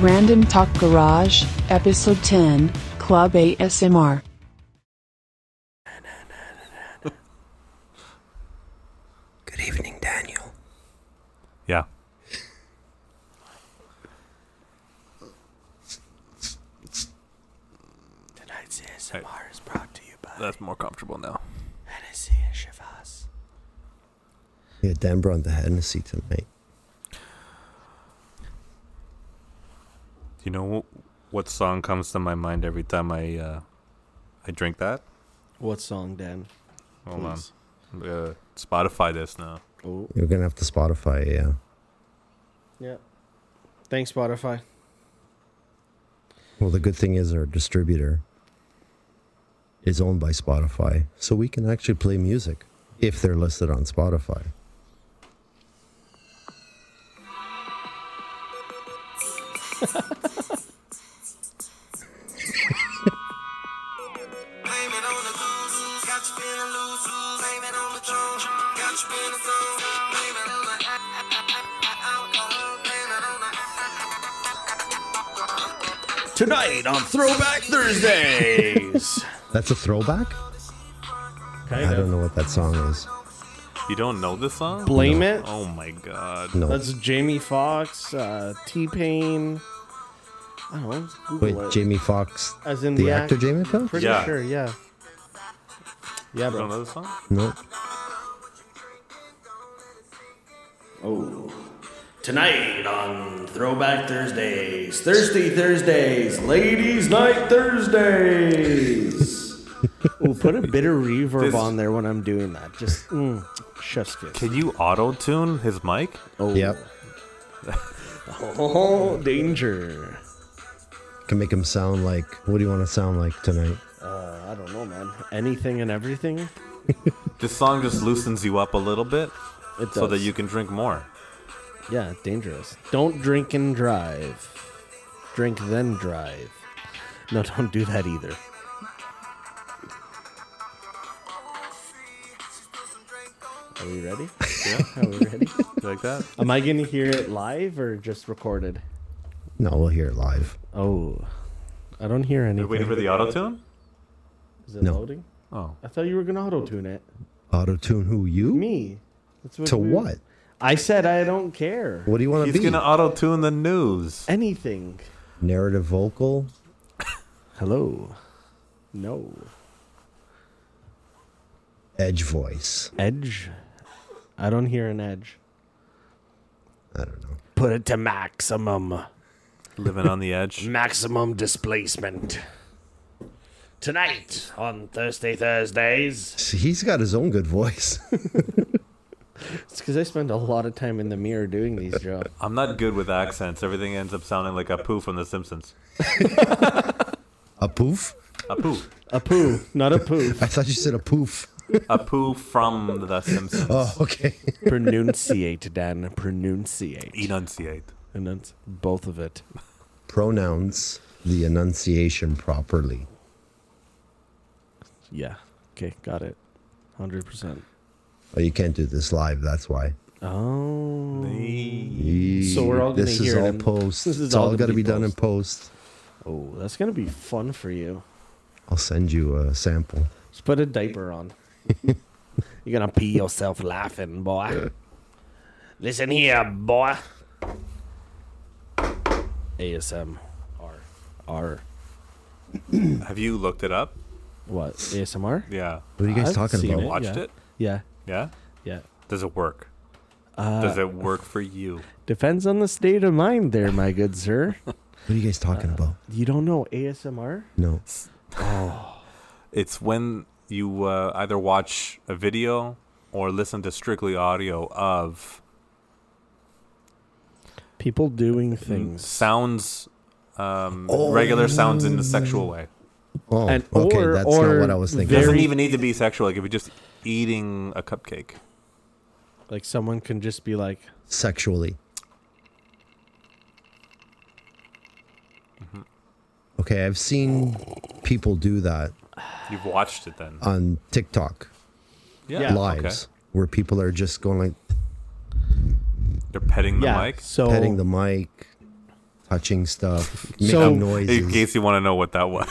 Random Talk Garage, Episode 10, Club ASMR. Good evening, Daniel. Yeah. Tonight's ASMR is brought to you by That's more comfortable now. Hennessy and Shavas. Yeah, Dan brought the Hennessy tonight. Do you know wh- what song comes to my mind every time I uh, I drink that? What song, Dan? Hold Please. on. Uh, Spotify this now. Oh, You're gonna have to Spotify, it, yeah. yeah. Thanks, Spotify. Well, the good thing is our distributor is owned by Spotify, so we can actually play music if they're listed on Spotify. Blame it on the goose. Got you feeling loose. Blame it on the drone. Got you feeling zone. Blame it on the a- a- a- a- alcohol. Blame it on the. Tonight on Throwback Thursdays. That's a throwback. I don't know what that song is. You don't know this song? Blame it. Oh my god. No, That's Jamie Foxx, uh, T Pain. I don't know. wait, Google it. Jamie Fox, As in the, the actor act- Jamie Fox? Pretty Yeah. sure, yeah. Yeah, You don't bro. know this song? No, Oh. Tonight on Throwback Thursdays, Thirsty Thursdays, Ladies Night Thursdays. Ooh, put a bit of reverb This- on there when I'm doing that. Just mm, chef's kiss. Can you auto tune his mic? Oh, yep, Oh, danger. can make him sound like. What do you want to sound like tonight? Uh, I don't know, man. Anything and everything. It This song just loosens you up a little bit does. so that you can drink more. Yeah, dangerous. Don't drink and drive. Drink then drive. No, don't do that either. Are we ready? Yeah? Are we ready? You like that? Am I gonna hear it live or just recorded? No, we'll hear it live. Oh, I don't hear anything. You're waiting for the auto tune? Is it No. loading? Oh. I thought you were gonna auto tune it. Auto tune who you Me. That's what to we- what? I said I don't care. What do you want to He's be? gonna auto tune the news. Anything. Narrative vocal. Hello. No. edge voice. Edge. I don't hear an edge. I don't know. Put it to maximum. Living on the edge. Maximum displacement. Tonight on Thursday Thursdays. See, he's got his own good voice. It's because I spend a lot of time in the mirror doing these jobs. I'm not good with accents. Everything ends up sounding like Apu from The Simpsons. a poof? Apu. A poo, not a poo. I thought you said a poof. Apu from The Simpsons. Oh, okay. pronunciate, Dan. Pronunciate. Enunciate. And that's both of it. Pronounce the enunciation properly. Yeah. Okay, got it. 100%. Oh, you can't do this live. That's why. Oh. So we're all gonna This is hear it all in- post. this is it's all, all gonna got to be be done in post. post. Oh, that's going to be fun for you. I'll send you a sample. Just put a diaper on. You're gonna pee yourself laughing, boy. Listen here, boy. ASM. R. R. Have you looked it up? What? ASMR? Yeah. What are you guys I've talking seen about? it. Watched yeah. it? Yeah. Yeah. Yeah. Does it work? Uh, Does it work for you? Depends on the state of mind there, my good sir. What are you guys Uh, talking about? You don't know ASMR? No. It's when you uh, either watch a video or listen to strictly audio of People doing things. sounds, um, regular sounds in a sexual way. Oh, And- okay. or- that's or not what I was thinking. It doesn't Very- even need to be sexual. Like if you're just eating a cupcake. Like someone can just be like, Sexually. Mm-hmm. Okay, I've seen people do that You've watched it then. on TikTok. yeah, lives where people are just going like They're petting the yeah. mic. So petting the mic, touching stuff, making So- In noises. case you want to know what that was,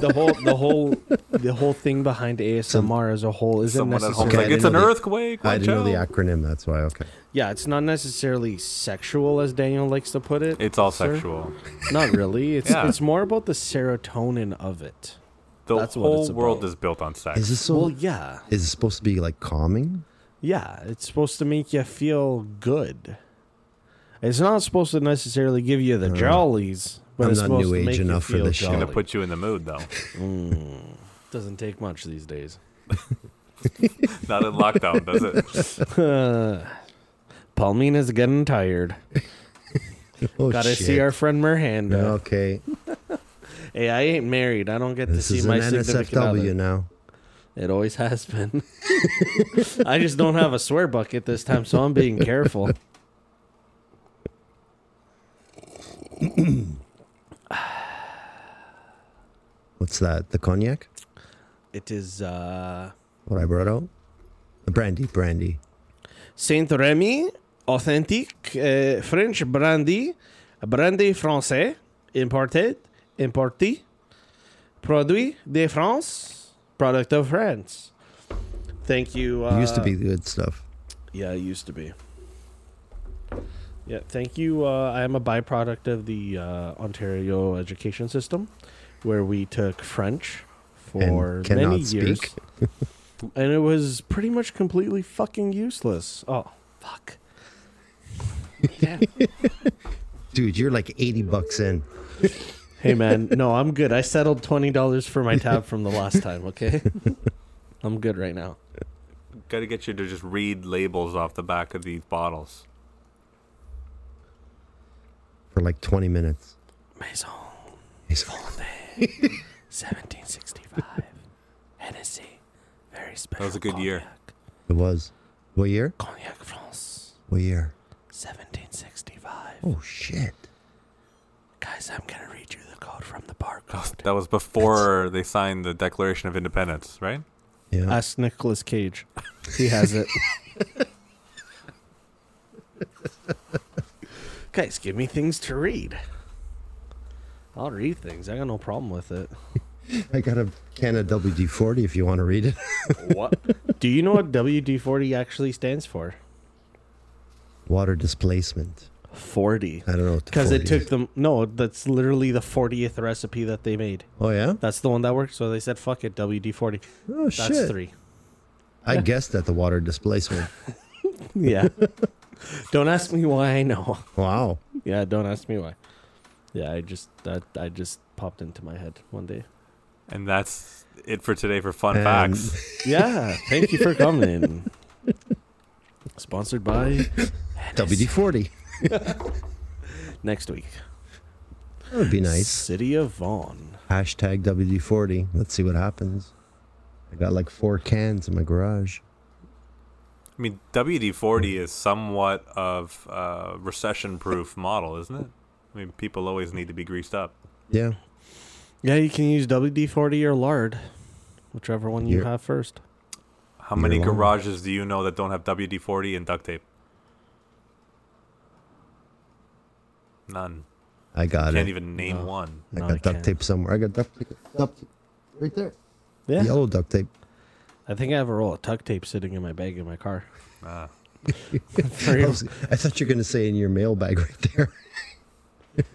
The whole, the whole, the whole thing behind ASMR as a whole isn't someone at home's necessarily. Okay, I like, didn't "It's an know the- earthquake." I watch didn't know the out." acronym. That's why. Okay. Yeah, it's not necessarily sexual as Daniel likes to put it. It's all sir. sexual. Not really. It's Yeah. it's more about the serotonin of it. The That's what whole it's world about. is built on sex. Is this so? Well, yeah, is it supposed to be like calming? yeah. It's supposed to make you feel good. It's not supposed to necessarily give you the jollies, but Uh, I'm it's not supposed new to age make you enough for feel this shit. jolly. Mm. gonna put you in the mood though. Doesn't take much these days. Not in lockdown, does it? Palmina's getting tired. Oh Gotta shit. see our friend Miranda. Okay, Hey, I ain't married. I don't get this to see is my an significant NSFW other. now. It always has been. I just don't have a swear bucket this time, so I'm being careful. What's that? The cognac? It is uh What I brought out? The brandy, brandy. Saint Remy authentic uh, French brandy, brandy français imported, importé, produit de France, product of France. Thank you. It Uh, used to be good stuff. Yeah, it used to be. Yeah, thank you. Uh, I am a byproduct of the uh, Ontario education system, where we took French for cannot many years, speak. and it was pretty much completely fucking useless. Oh, fuck! Dude, you're like 80 bucks in. Hey, man, no, I'm good. I settled twenty dollars for my tab from the last time. Okay, I'm good right now. Gotta get you to just read labels off the back of these bottles. for like 20 minutes. Maison, He's 1765. Hennessy, very special. was a good year. cognac. It was. What year? Cognac France, What year? 1765. Oh, shit. Guys, I'm gonna read you the code from the barcode. That was before they signed the Declaration of Independence, right? Yeah. Ask Nicolas Cage. He has it. Guys, give me things to read. I'll read things. I got no problem with it. I got a can of WD 40 if you want to read it. What? Do you know what WD 40 actually stands for? Water displacement. 40. I don't know. what the Because it 40 took them. No, that's literally the 40th recipe that they made. Oh, yeah? That's the one that worked. So they said, fuck it, WD 40. Oh, shit. That's three. I guessed at the water displacement. Yeah. don't ask me why I know. Wow. Yeah, don't ask me why. Yeah, I just that I just popped into my head one day. And that's it for today for fun And- facts. Yeah, thank you for coming. Sponsored by WD 40. next week. That would be nice. City of Vaughn. Hashtag WD 40. Let's see what happens. I got like four cans in my garage. I mean, WD 40 is somewhat of a recession proof model, isn't it? I mean, people always need to be greased up. Yeah. Yeah, you can use WD forty or lard, whichever one you You're- have first. How many Year long. garages do you know that don't have WD 40 and duct tape? None. I got Can't it. even name No. one. I No, got I duct can't. tape somewhere. I got duct tape. Duct tape. Right there. Yeah, Yellow duct tape. I think I have a roll of tuck tape sitting in my bag in my car. Ah. I, was- I thought you were going to say in your mailbag right there.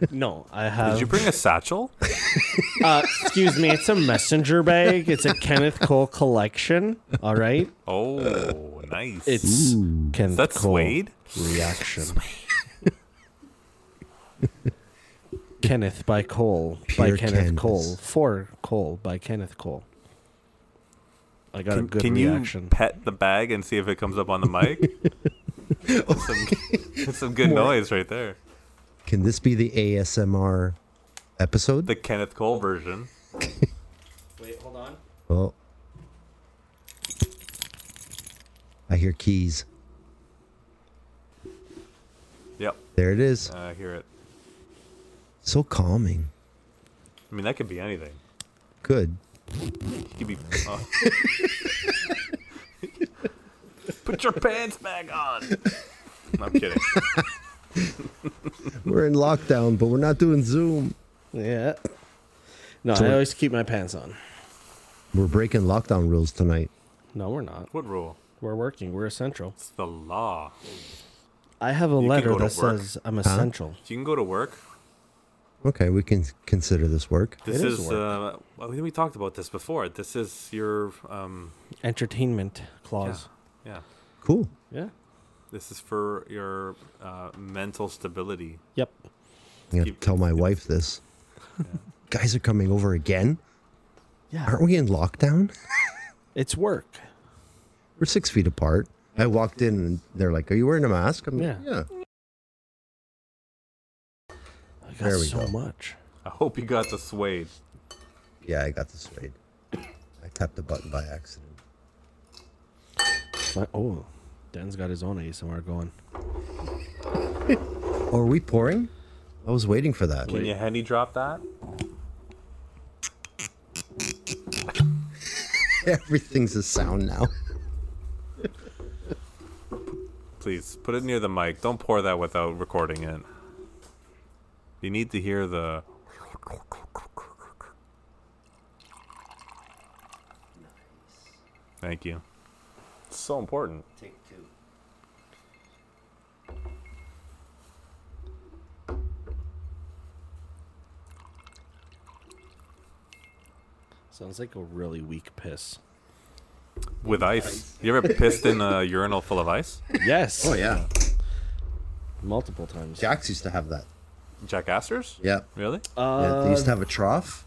no, I Did have. you bring a satchel? uh, excuse me, it's a messenger bag. It's a Kenneth Cole collection. All right, Oh, nice. it's Is Kenneth that Cole. suede? reaction. Kenneth by Cole by Pure Kenneth canvas. Cole for Cole by Kenneth Cole. I got a Can, good can you reaction. pet the bag and see if it comes up on the mic? that's, some, that's some good noise right there. Can this be the ASMR episode? The Kenneth Cole version. Wait, hold on. oh. I hear keys. Yep, There it is. I hear it. So calming. I mean, that could be anything. Good. It could be. oh. Put your pants back on. No, I'm kidding. We're in lockdown, but we're not doing Zoom. Yeah. No, So I what- always keep my pants on. We're breaking lockdown rules tonight. No, we're not. What rule? We're working. We're essential. It's the law. I have a can letter go that to work. says I'm essential. If you can go to work, Okay, we can consider this work. this It is is. uh, well, we talked about this before. This is your. Um, Entertainment yeah, clause. yeah. Cool. Yeah. This is for your uh, mental stability. Yep. I'm gonna Keep- tell my wife this. Guys are coming over again. Yeah. Aren't we in lockdown? It's work. We're six feet apart. I walked in and they're like, "Are you wearing a mask?" I'm Yeah. yeah. I got There we so go. much. I hope you got the suede. Yeah, I got the suede. I tapped the button by accident. My- oh, Dan's got his own ASMR going. Oh, are we pouring? I was waiting for that. Can you henny drop that? Everything's a sound now. Please put it near the mic. Don't pour that without recording it. You need to hear the. Thank you. It's so important. Sounds like a really weak piss. With ice. You ever pissed in a urinal full of ice? Yes. Oh, yeah, Multiple times. Jax used to have that. Jack Astor's? Yeah, Really? yeah they Uh, used to have a trough,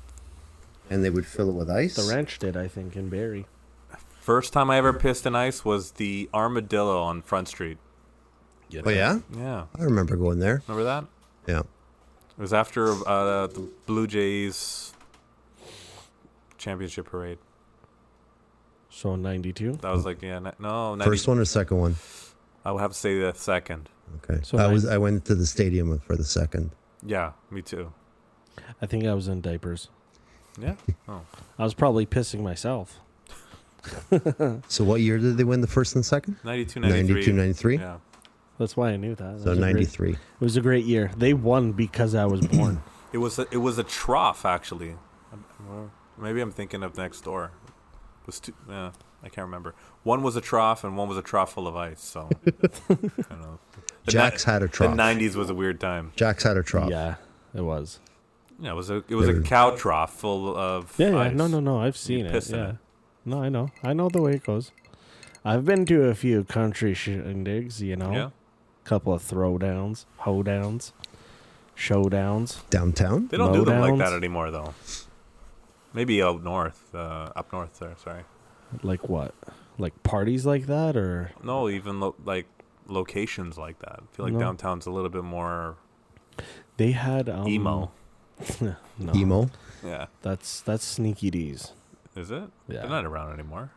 and they would fill it with ice. the ranch did, I think, in Barry. First time I ever pissed in ice was the armadillo on Front Street. Oh yeah, Yeah. I remember going there. Remember that? Yeah, It was after uh, the Blue Jays championship parade. So 92. That was like, yeah, ni- no, 90, first one or second one? I would have to say the second. Okay, So I nine- was I went to the stadium for the second. Yeah, me too. I think I was in diapers. Yeah. Oh, I was probably pissing myself. So what year did they win the first and second? 92, 93. 92, 93? Yeah. That's why I knew that. That So was a great- 93. It was a great year. They won because I was born. It was a, it was a trough actually. I'm- I'm- Maybe I'm thinking of next door. It was two, yeah, I can't remember. One was a trough and one was a trough full of ice. So I don't know. The Jack's had a trough. The 90s was a weird time. Jack's had a trough. yeah, it was. Yeah, it was a it was a cow trough full of Yeah, yeah. ice. No, no, no. I've seen it. pissed in Yeah. it. No, I know. I know the way it goes. I've been to a few country shindigs, you know. Yeah. Couple of throwdowns, hoedowns, showdowns. Downtown? They don't do them like Lowdowns. that anymore though. Maybe out north, uh, up north there. Sorry. Like what? Like parties like that, or No, even lo- like locations like that. I feel like No. downtown's a little bit more they had um, emo. no, Emo? Yeah. That's that's sneaky D's. Is it? Yeah. They're not around anymore.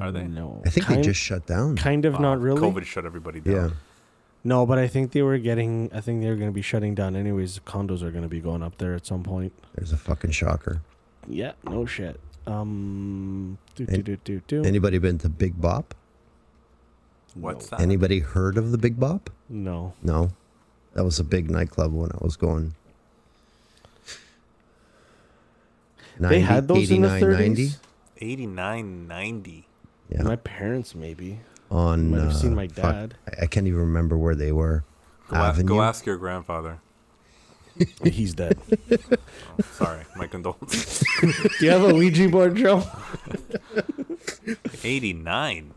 Are they? Uh, No, I think kind, they just shut down. kind of not Uh, really. COVID shut everybody down. Yeah. No, but I think they were getting. I think they were going to be shutting down anyways. Condos are going to be going up there at some point. There's a fucking shocker. Yeah, no shit. Um, do do Any- do do do. Anybody been to Big Bop? What's Uh-huh. that? Anybody heard of the Big Bop? no, No. That was a big nightclub when I was going. they had those in the 89, 90? thirties. 89, 90. Yeah. My parents maybe. on might have uh, seen my fuck, dad. I, I can't even remember where they were. Go, a- Avenue. go ask your grandfather. Oh, He's dead. Sorry, my condolences. do you have a Ouija board, Joe? 89.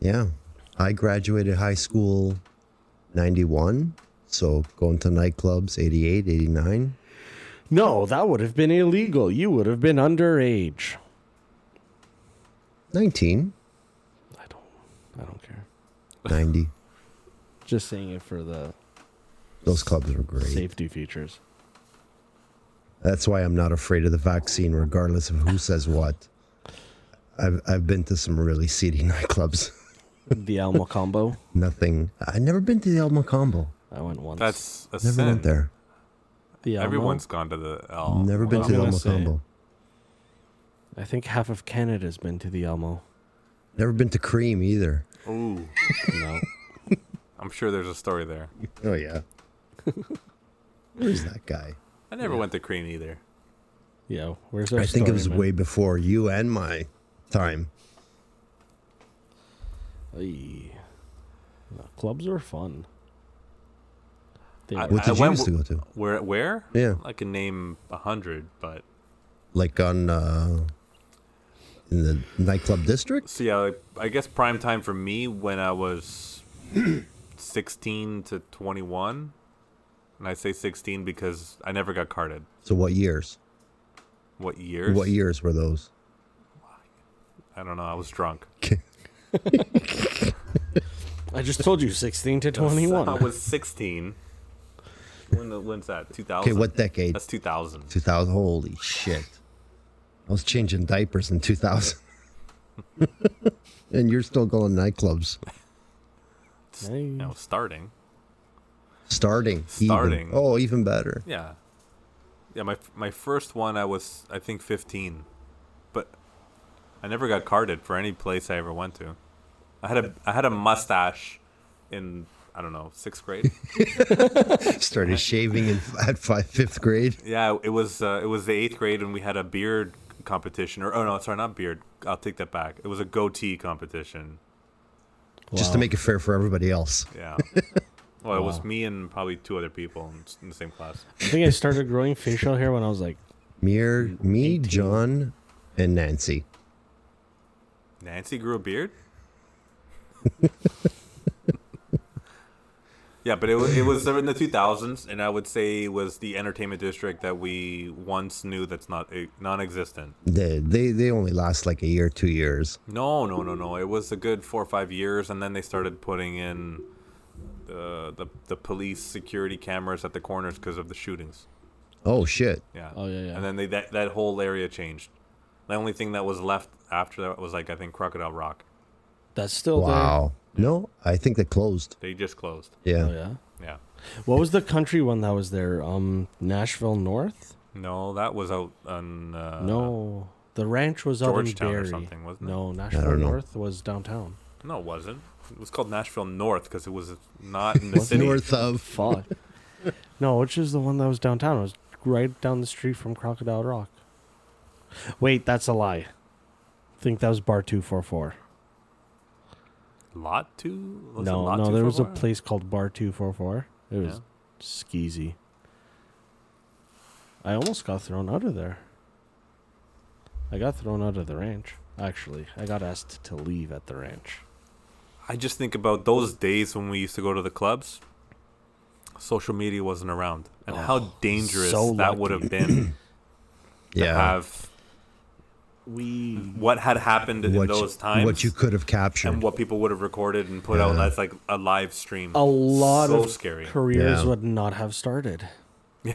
Yeah. I graduated high school 91. So going to nightclubs 88, 89. No, that would have been illegal. You would have been underage. 19, I don't. I don't care. 90. Just saying it for the Those clubs were great. safety features. That's why I'm not afraid of the vaccine, regardless of who says what. I've, I've been to some really seedy nightclubs. The Alma combo. Nothing. I've never been to the Elma Combo. I went once. That's a Never sin. went there. the Almo. Everyone's gone to the L. Never been I'm to the gonna Elma say- Combo. I think half of Canada's been to the Elmo. Never been to Cream either. Ooh. No. I'm I'm sure there's a story there. Oh yeah. Where's that guy? I never went to Crane either. Yeah, where's our I think it story, was man? way before you and my time. Ay. No, clubs are fun. They I- are. What I did you went used to go w- to? Where? Where? Yeah. I can name a hundred, but Like on uh, in the nightclub district? so yeah, like, I guess prime time for me when I was 16 to 21, and I say 16 because I never got carded. So what years? What years? What years were those? I don't know. I was drunk. I just told you, sixteen to I twenty-one. was 16. When the, when's that? 2000. Okay, what decade? That's 2000. 2000. Holy shit. I was changing diapers in 2000. and you're still going nightclubs. You know, starting. Starting. even. Starting. Oh, even better. Yeah. Yeah, my my first one I was I think 15. But I never got carded for any place I ever went to. I had a I had a mustache in I don't know, 6th grade. Started shaving in, at five, fifth grade. yeah, it was uh, it was the 8th grade and we had a beard competition or oh no, sorry, not beard. I'll take that back. It was a goatee competition. Just to make it fair for everybody else. Yeah. Well, it was me and probably two other people in, in the same class. I think I started growing facial hair when I was like, Mir, me, John, and Nancy. Nancy grew a beard. yeah, but it was it was in the two thousands, and I would say it was the entertainment district that we once knew that's not eh, non-existent. They, they they only last like a year, two years. No, no, no, no. It was a good four or five years, and then they started putting in the the, the police security cameras at the corners because of the shootings. Oh shit! Yeah. Oh, yeah, yeah. And then they that that whole area changed. The only thing that was left after that was like I think Crocodile Rock. "That's still Wow. No, I think they closed. They just closed. Yeah. there." Oh Yeah. yeah. What was the country one that was there? Um, Nashville North. No, that was out on. Uh, no, the ranch was out in Georgetown or Barrie. something, wasn't it? no, Nashville don't know. North was downtown. No, it wasn't. It was called Nashville North because it was not in the Wasn't city. North of Fuck. no, which is the one that was downtown? It was right down the street from Crocodile Rock. Wait, that's a lie. I think that was Bar Two Four Four. Lot two? Was it No, lot no, two there for was a while? place called Bar Two Four Four. It was Yeah. skeezy. I almost got thrown out of there. I got thrown out of the ranch. Actually, I got asked to leave at the ranch. I just think about those days when we used to go to the clubs. Social media wasn't around, and how dangerous Oh, so that would have been to yeah. have We what had happened in what those you, times, what you could have captured. and what people would have recorded and put out as like a live stream. a lot so of scary. careers Yeah. would not have started. Yeah.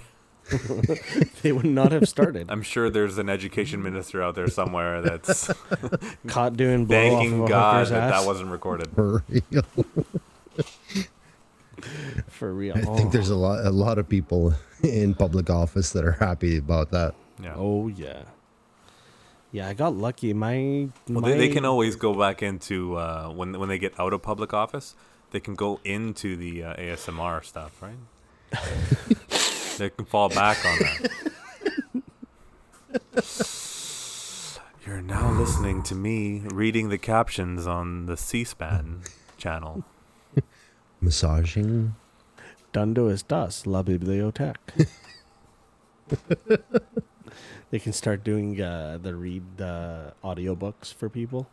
they would not have started. I'm sure there's an education minister out there somewhere that's Caught doing blow off of thanking a God hooker's that ass. that wasn't recorded. For real. for real. I think there's a lot a lot of people in public office that are happy about that. Yeah. Oh yeah. Yeah, I got lucky. My Well, they, they my- can always go back into uh, when when they get out of public office. They can go into the uh, ASMR stuff, right? they can fall back on that. You're now listening to me reading the captions on the C-SPAN channel. Massaging. Dando es das, la bibliothèque. they can start doing uh, the read uh, audiobooks for people.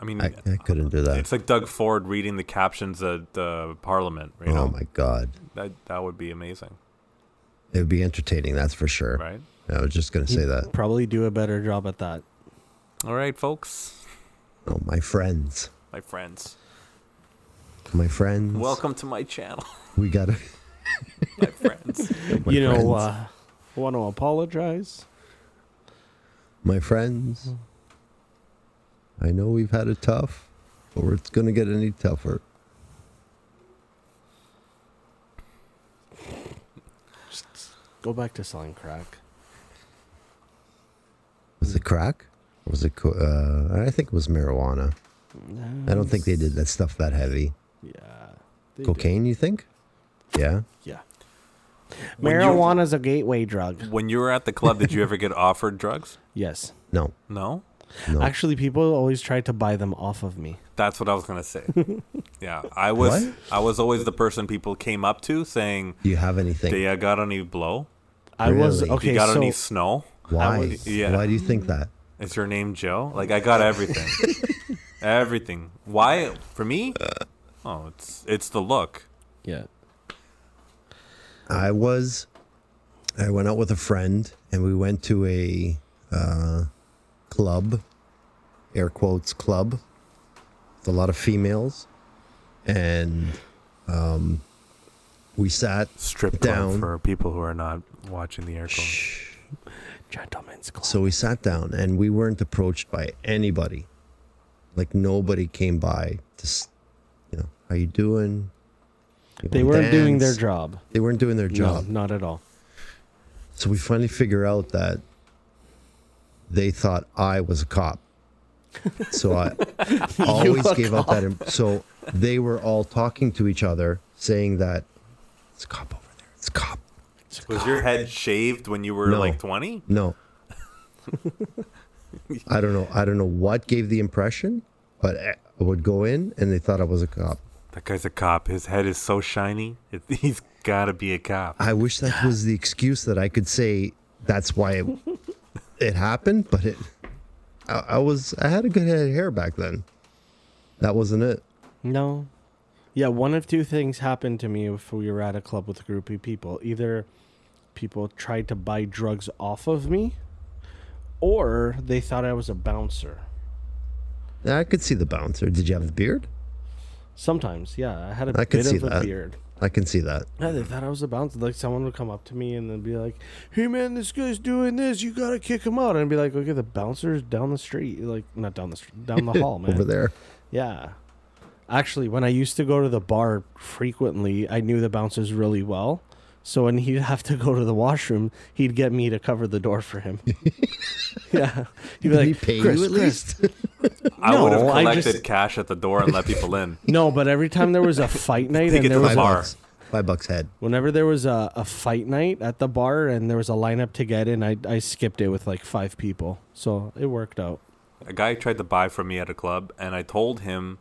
I mean, I, I couldn't do that. it's like Doug Ford reading the captions at uh, Parliament. You know, Oh my god. that that would be amazing, It would be entertaining, that's for sure. right? I was just gonna say that. Probably do a better job at that. All right, folks, Oh my friends. my friends, My friends. welcome to my channel, We gotta my friends. my you know, friends. uh, want to apologize? My friends, I know we've had it tough, or it's going to get any tougher. Go back to selling crack. Was it crack? Or was it? co- Uh, I think it was marijuana. I don't think they did that stuff that heavy. Yeah, Cocaine, you think? Yeah. Yeah. When you- Marijuana's a gateway drug. When you were at the club, did you ever get offered drugs? Yes. No. No. No. Actually, people always try to buy them off of me. That's what I was gonna say. Yeah, I was. What? I was always the person people came up to saying, Do you have anything? "They got any blow? I was Really? You You okay. got so any snow? Why? was- yeah. Why do you think that? Is your name Joe? Like I got everything, everything. Why? For me? Oh, it's it's the look. yeah, I was, I went out with a friend and we went to a uh, club, air quotes club, with a lot of females, and um, we sat Strip Down. down for people who are not watching the air quotes. gentlemen's club. So we sat down and we weren't approached by anybody. Like nobody came by to, s- you know, how you doing? You They wanna weren't doing their dance?" job. They weren't doing their job. No, not at all. So we finally figure out that they thought I was a cop. So I always a gave out that. Im- so they were all talking to each other, saying that it's a cop over there. It's a cop. Was your head shaved when you were No. like twenty? No. I don't know. I don't know what gave the impression, but eh, I would go in and they thought I was a cop. That guy's a cop. His head is so shiny. It, he's gotta be a cop. I wish that was the excuse that I could say that's why it, it happened, but it I, I was I had a good head of hair back then. That wasn't it. No. Yeah, one of two things happened to me if we were at a club with a group of people. Either people tried to buy drugs off of me, or they thought I was a bouncer. I could see the bouncer. Did you have the beard? Sometimes, yeah, I had a I could bit see of a that. beard. I can see that. Yeah, they thought I was a bouncer. Like someone would come up to me and then be like, "Hey, man, this guy's doing this. You gotta kick him out." And I'd be like, "Okay, the bouncer's down the street. Like, not down the street, down the hall, man. Over there. Yeah. Actually, when I used to go to the bar frequently, I knew the bouncers really well. So when he'd have to go to the washroom, he'd get me to cover the door for him. yeah. He'd be Did like, he pay "Chris, you at Chris." least? I would have No, I collected just- cash at the door and let people in. No, but every time there was a fight night Take and it there to the was a, bar. bucks. Five bucks head. whenever there was a, a fight night at the bar and there was a lineup to get in, I, I skipped it with like five people. So it worked out. a guy tried to buy from me at a club and i told him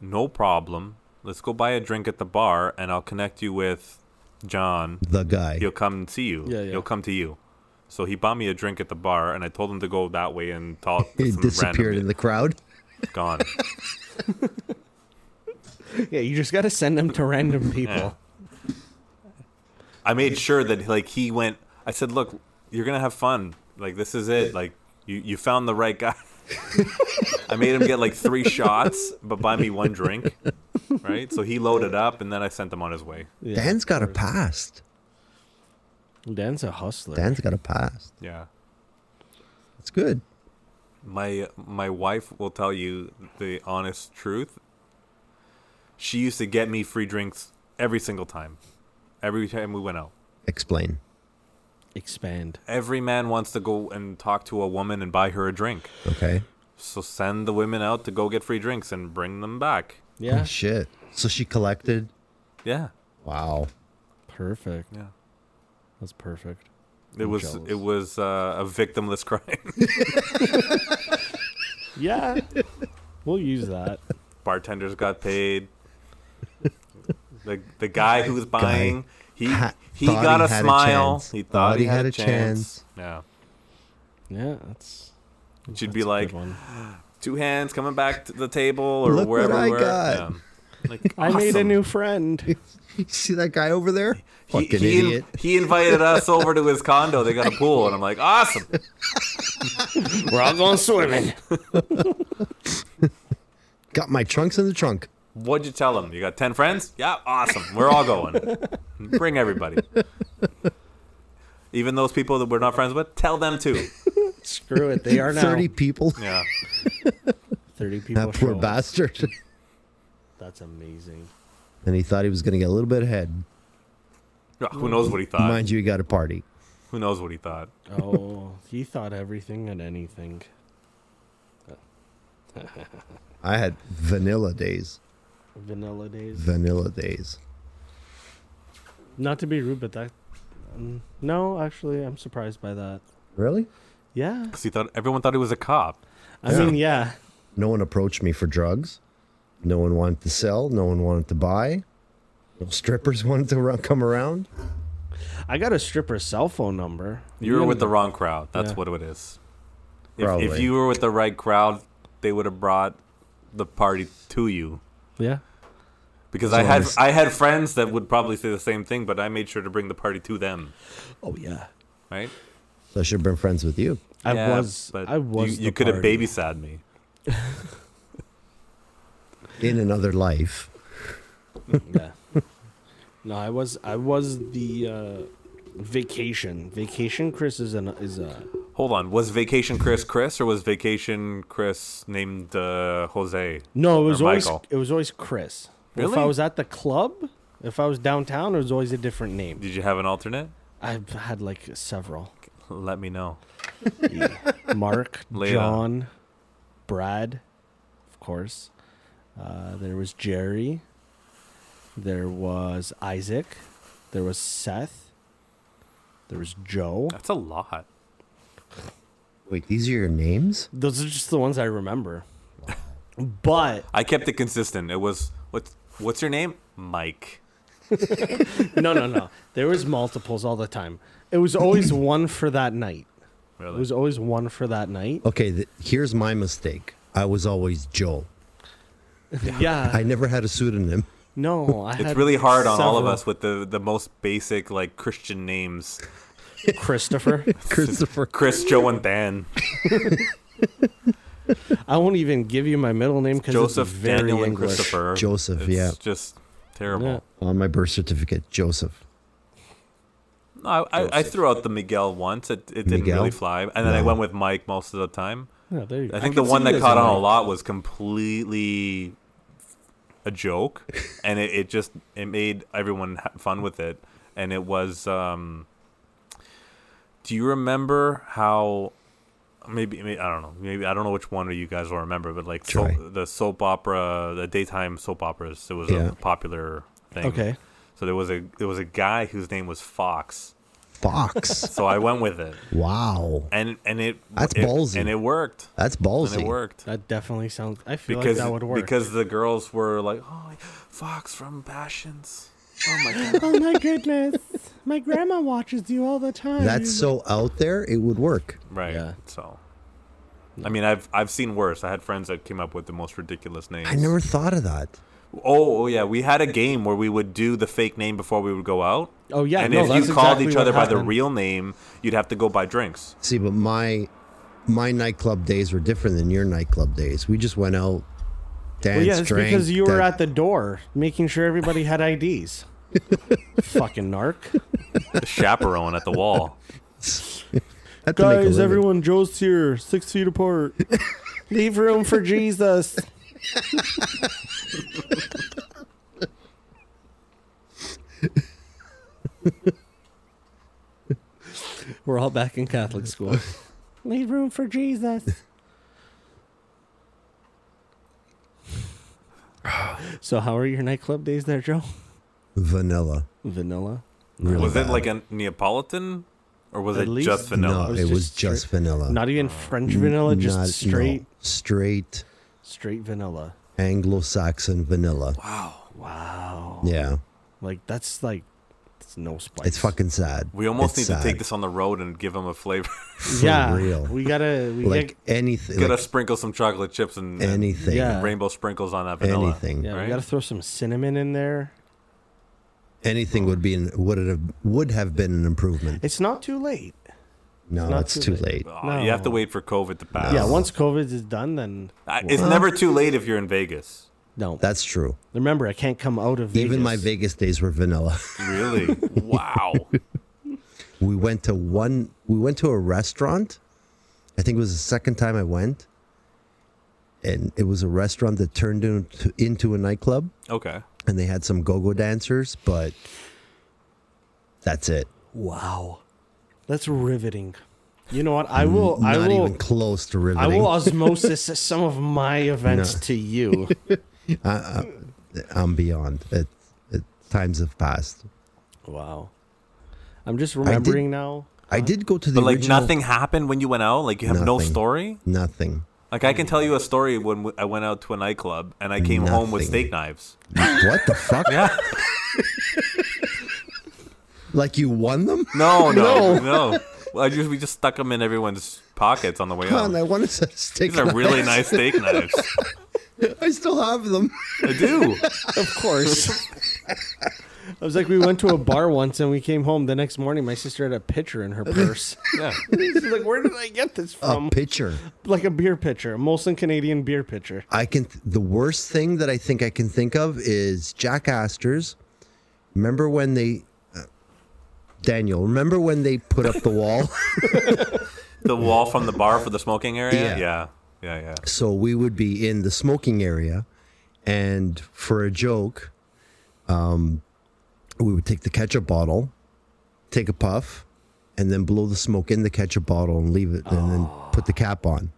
no problem let's go buy a drink at the bar and i'll connect you with john The guy. he'll come and see you Yeah, yeah. he'll come to you so he bought me a drink at the bar and i told him to go that way and talk to He some disappeared in random the crowd. gone Yeah, you just got to send them to random people. i made sure that like he went i said look you're gonna have fun like this is it like you, you found the right guy i made him get like three shots but buy me one drink right so he loaded up and then i sent him on his way Yeah. Dan's got a past. Dan's a hustler. Dan's got a past. yeah It's good. My my wife will tell you the honest truth. She used to get me free drinks every single time. Every time we went out. Explain. Expand. Every man wants to go and talk to a woman and buy her a drink. Okay. So send the women out to go get free drinks and bring them back. Yeah. Oh, Shit. So she collected. Yeah. Wow. Perfect. Yeah. That's perfect. It I'm was jealous. it was uh, a victimless crime. Yeah. we'll use that. Bartenders got paid. The the guy who was buying, he ha- he thought got he a had a smile. chance. he thought, he had, a chance. chance. Yeah. Yeah, that's She'd that's be a good like, one. two hands coming back to the table or Look what wherever I we're got. um, like, I made a awesome. new friend. You see that guy over there? he, Fucking he, in- idiot. he invited us over to his condo. They got a pool, and I'm like, awesome. We're all going swimming. Got my trunks in the trunk. What'd you tell him? You got ten friends? Yeah, awesome. We're all going. Bring everybody. Even those people that we're not friends with, tell them too. Screw it. They are now 30, 30 people. Yeah, 30 people. That poor show up. bastard. That's amazing. and he thought he was going to get a little bit ahead. Yeah, who knows what he thought? Mind you, he got a party. Who knows what he thought? Oh, he thought everything and anything. I had vanilla days. Vanilla days. Vanilla days. Not to be rude, but that. Um, no, actually, I'm surprised by that. Really? Yeah. Because he thought everyone thought he was a cop. I mean, yeah. No one approached me for drugs. No one wanted to sell. No one wanted to buy. No strippers wanted to run, come around. I got a stripper cell phone number. You were with the wrong crowd. That's Yeah. what it is. If, if Probably. you were with the right crowd, they would have brought the party to you. Yeah. Because I had Nice. I had friends that would probably say the same thing, but I made sure to bring the party to them. Oh yeah. Right? So I should have been friends with you. I Yeah, was. but I was. You, you the could have party. babysat me. in another life. Yeah. No, I was. I was the uh, vacation. Vacation. Chris is an is a. Hold on. Was Vacation Chris Chris or was Vacation Chris named uh, Jose? No, it was Or always Michael. it was always Chris. If I Really? was at the club, if I was downtown, it was always a different name. Did you have an alternate? I've had like several. Let me know. Mark, Later. John, Brad, of course. Uh, there was Jerry. There was Isaac. There was Seth. There was Joe. That's a lot. Wait, these are your names? Those are just the ones I remember. But I kept it consistent. It was what's what's your name? Mike. no, no, no. There was multiples all the time. It was always one for that night. It Really? was always one for that night. Okay, th- here's my mistake. I was always Joel. Yeah. I never had a pseudonym. no, I it's had really hard on all of several. us with the, the most basic like Christian names. Christopher. Christopher. Chris, Joe, and Dan. I won't even give you my middle name because it's Joseph, very Daniel, and English. Christopher. Joseph, It's yeah. just terrible. Yeah. On my birth certificate, Joseph. No, I, I, I threw out the Miguel once. It, it didn't Miguel? really fly. And then I No. went with Mike most of the time. Yeah, there you go. I think can the see one you that as caught a on a Mike. lot was completely a joke, and it, it just it made everyone have fun with it. And it was, um, do you remember how? Maybe, maybe I don't know. Maybe I don't know which one of you guys will remember, but like Try. soap, the soap opera, the daytime soap operas, it was Yeah. a popular thing. Okay. So there was a there was a guy whose name was Fox. Fox. So I went with it, wow. and and it That's it, ballsy. and it worked, That's ballsy. and it worked. That definitely sounds. I feel because like that would work. because the girls were like, "Oh, Fox from Passions." Oh my god. oh my goodness, my grandma watches you all the time. That's so out there, it would work. right. Yeah. So I mean, I've I've seen worse. I had friends that came up with the most ridiculous names. I never thought of that. Oh, oh, yeah, we had a game where we would do the fake name before we would go out. Oh, yeah, And no, if that's you called exactly each what other by the happened. real name, you'd have to go buy drinks. See, but my my nightclub days were different than your nightclub days. We just went out, Well, danced, yeah, it's drank, because you were dan- at the door making sure everybody had IDs. Fucking narc. The chaperone at the wall. had to make a living. Joe's here, six feet apart. Leave room for Jesus. We're all back in Catholic school. Leave room for Jesus. so, how are your nightclub days there, Joe? vanilla. Vanilla. Really was bad. it like a Neapolitan, or was At it least- just No, vanilla? it was, was just, just straight- vanilla. Not even French vanilla, just Not- no, straight, straight straight vanilla. Anglo-Saxon vanilla. Wow. Yeah, Like that's like it's no spice. it's fucking sad. We almost It's need to take sad. this on the road and give them a flavor. for yeah. real. We gotta we like anything, Gotta like sprinkle some chocolate chips and, and anything, Yeah. rainbow sprinkles on that vanilla. Uh, anything, gotta yeah, right? we gotta throw some cinnamon in there. anything would be an, would it have would have been an improvement. It's not too late. Uh, no, not it's too too late. late. Aw, Oh, You have to No. wait for COVID to pass. Yeah, once COVID is done, then I- it's never too late if you're in Vegas. no. That's true. Remember, I can't come out of Even my Vegas. Vegas days were vanilla. Really? wow. we went to one. We went to a restaurant. I think it was the second time I went, and it was a restaurant that turned into into a nightclub. Okay. and they had some go-go dancers, but that's it. Wow, that's riveting. You know what? I will. Not I will. even close to riveting. I will osmosis some of my events to you. I'm beyond. It, it times have passed. Wow. I'm just remembering now. I did go to the But like original- nothing happened when you went out. Like you have no Nothing. story. Nothing. Like I can tell you a story when w- I went out to a nightclub and I came home with steak Nothing. knives. What the fuck? Yeah. Like you won them? No, no, no. Well, I just we just stuck them in everyone's pockets on the way Man, I out. wanted to stick. These are really nice steak knives. I still have them. I do. Of course. I was like, we went to a bar once and we came home the next morning. My sister had a pitcher in her purse. Yeah. She's like, where did I get this Um, from? a pitcher. like a beer pitcher, a Molson Canadian beer pitcher. I can. Th- the worst thing that I think I can think of is Jack Astor's. Remember when they, uh, Daniel? Remember when they put up the wall? The wall from the bar for the smoking area. Yeah. Yeah. Yeah. Yeah. so we would be in the smoking area, and for a joke, um, we would take the ketchup bottle, take a puff, and then blow the smoke in the ketchup bottle and leave it, and then put the cap on,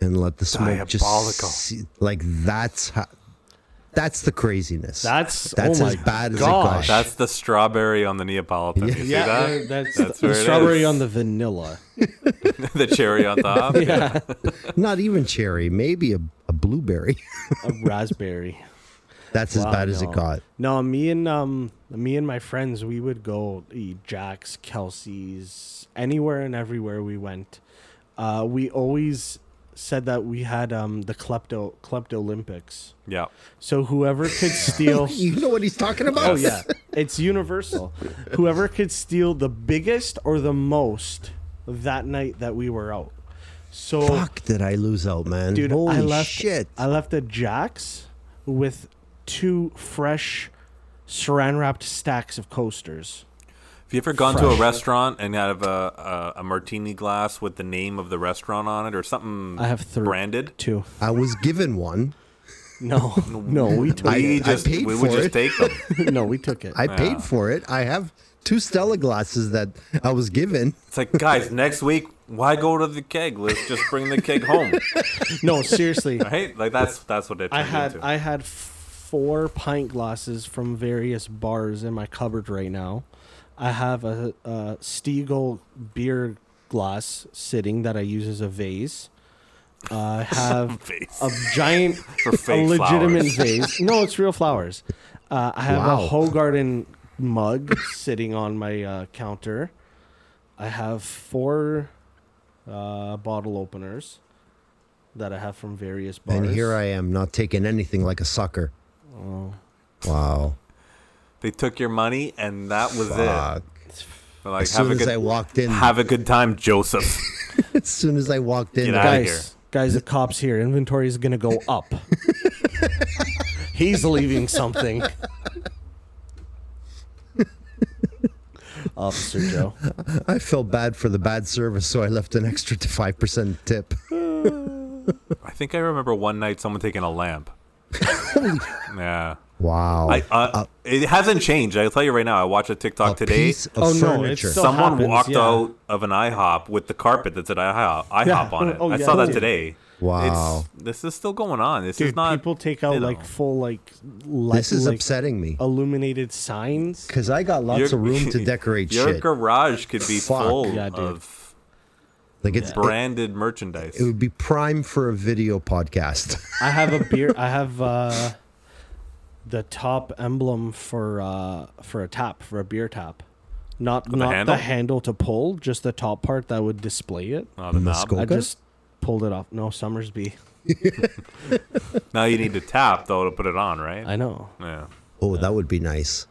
and let the smoke Diabolical. just see- like that's how, that's the craziness. That's, That's oh my as bad as it gosh. got. That's the strawberry on the Neapolitan. You see that? that's, That's where the it strawberry is. on the vanilla. the cherry on top. Yeah, Not even cherry, maybe a, a blueberry. a raspberry. That's as Wow, bad as no. it got. No, me and um, me and my friends, we would go eat Jack's, Kelsey's, anywhere and everywhere we went. Uh, we always said that we had um the klepto klepto Olympics. Yeah. So whoever could steal, You know what he's talking about? oh yeah, it's universal. Whoever could steal the biggest or the most that night that we were out. So Fuck, did I lose out, man? dude, Holy I left shit. I left a Jack's with two fresh saran wrapped stacks of coasters. Have you ever gone to a restaurant and have a, a a martini glass with the name of the restaurant on it or something? I have three branded. Two. I was given one. No, no, we took I- We I just paid we would for just it. take them. it. No, we took it. I paid for it. I have two Stella glasses that I was given. It's like, guys, next week, why go to the keg? Let's just bring the keg home, no, seriously, right? Like that's that's what it. I turned had into. I had four pint glasses from various bars in my cupboard right now. I have a, a Stiegel beer glass sitting that I use as a vase. I have Vase. a giant, For a fake legitimate flowers. vase. No, it's real flowers. Uh, I have a Wow. Hogarden mug sitting on my uh, counter. I have four uh, bottle openers that I have from various bars. Oh. And here I am, not taking anything like a sucker. Wow. They took your money, and that was Fuck. it. They're Like, As have soon a as good, I walked in, have a good time, Joseph. as soon as I walked Get in, the outta guy- here. guys, guys, the cops here. Inventory is gonna go up. He's leaving something. Officer Joe. I felt bad for the bad service, so I left an extra five percent tip. I think I remember one night someone taking a lamp. yeah. Wow. I, uh, it hasn't changed. I'll tell you right now. I watched a TikTok a today. piece of Oh, no, it's furniture. so- Someone happens, walked yeah. out of an IHOP with the carpet that said IHOP, IHOP on it. Oh, I yeah, saw that dude. today. Wow. It's, this is still going on. This is Dude, not. people take out you know. like full like light, this is like, upsetting me. illuminated signs. Because I got lots Your- of room to decorate your shit. garage could be Fuck. full Yeah, dude. of like it's it, branded merchandise. it would be prime for a video podcast. I have a beer. I have uh, the top emblem for uh, for a tap for a beer tap, not the not handle? the handle to pull, just the top part that would display it. Oh, the knob. Muskoka? I just pulled it off. No, Summersby. Now you need to tap though to put it on, right? I know. yeah. oh, that would be nice.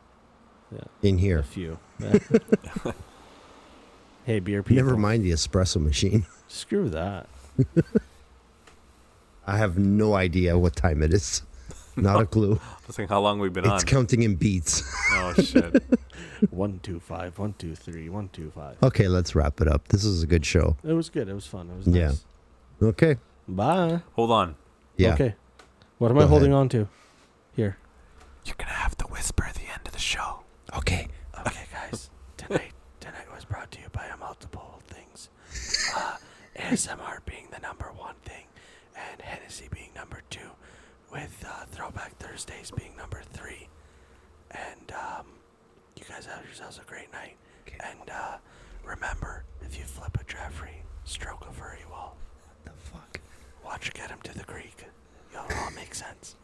In here. few. hey, beer people. Never mind the espresso machine. Screw that. I have no idea what time it is. Not a clue. I was thinking how long we've been It's on. counting in beats. oh shit. One two five, one two three, one two five. okay, let's wrap it up. This is a good show. It was good. It was fun. It was Yeah. nice. Okay. Bye. Hold on. Yeah. Okay. What am I Go holding ahead. on to? Here. You're gonna have to whisper at the end of the show. Okay. Okay, guys. Tonight, tonight was brought to you by a multiple things. Uh, ASMR being the number one thing, and Hennessy being number two, with uh, Throwback Thursday. Thursdays being number three. And um, you guys have yourselves a great night. And uh, remember, if you flip a Jeffrey, stroke a furry wall. The fuck. Watch her get him to the creek. Y'all all make sense.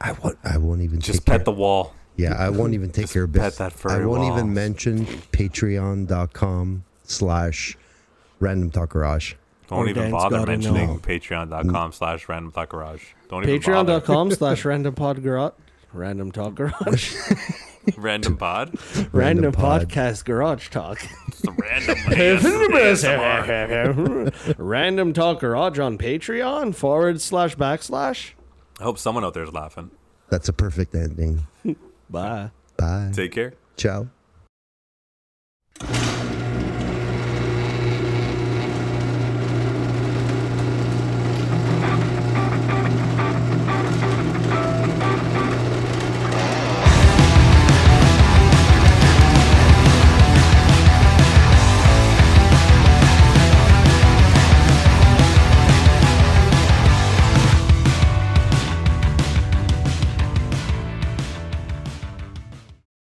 I won't. I won't even Just take care- pet the wall. Yeah, I won't even take care of pet business. that I furry won't wall. even mention patreon.com slash random talk garage. Don't Oh, even Dan's bother gotta know. mentioning patreon.com slash random thought garage. Don't even bother. Patreon.com slash random pod garage. Random talk garage. Random pod. random, pod. podcast garage talk. It's the random ASMR. random talk garage on Patreon forward slash backslash. I hope someone out there is laughing. That's a perfect ending. Bye. Bye. Take care. Ciao.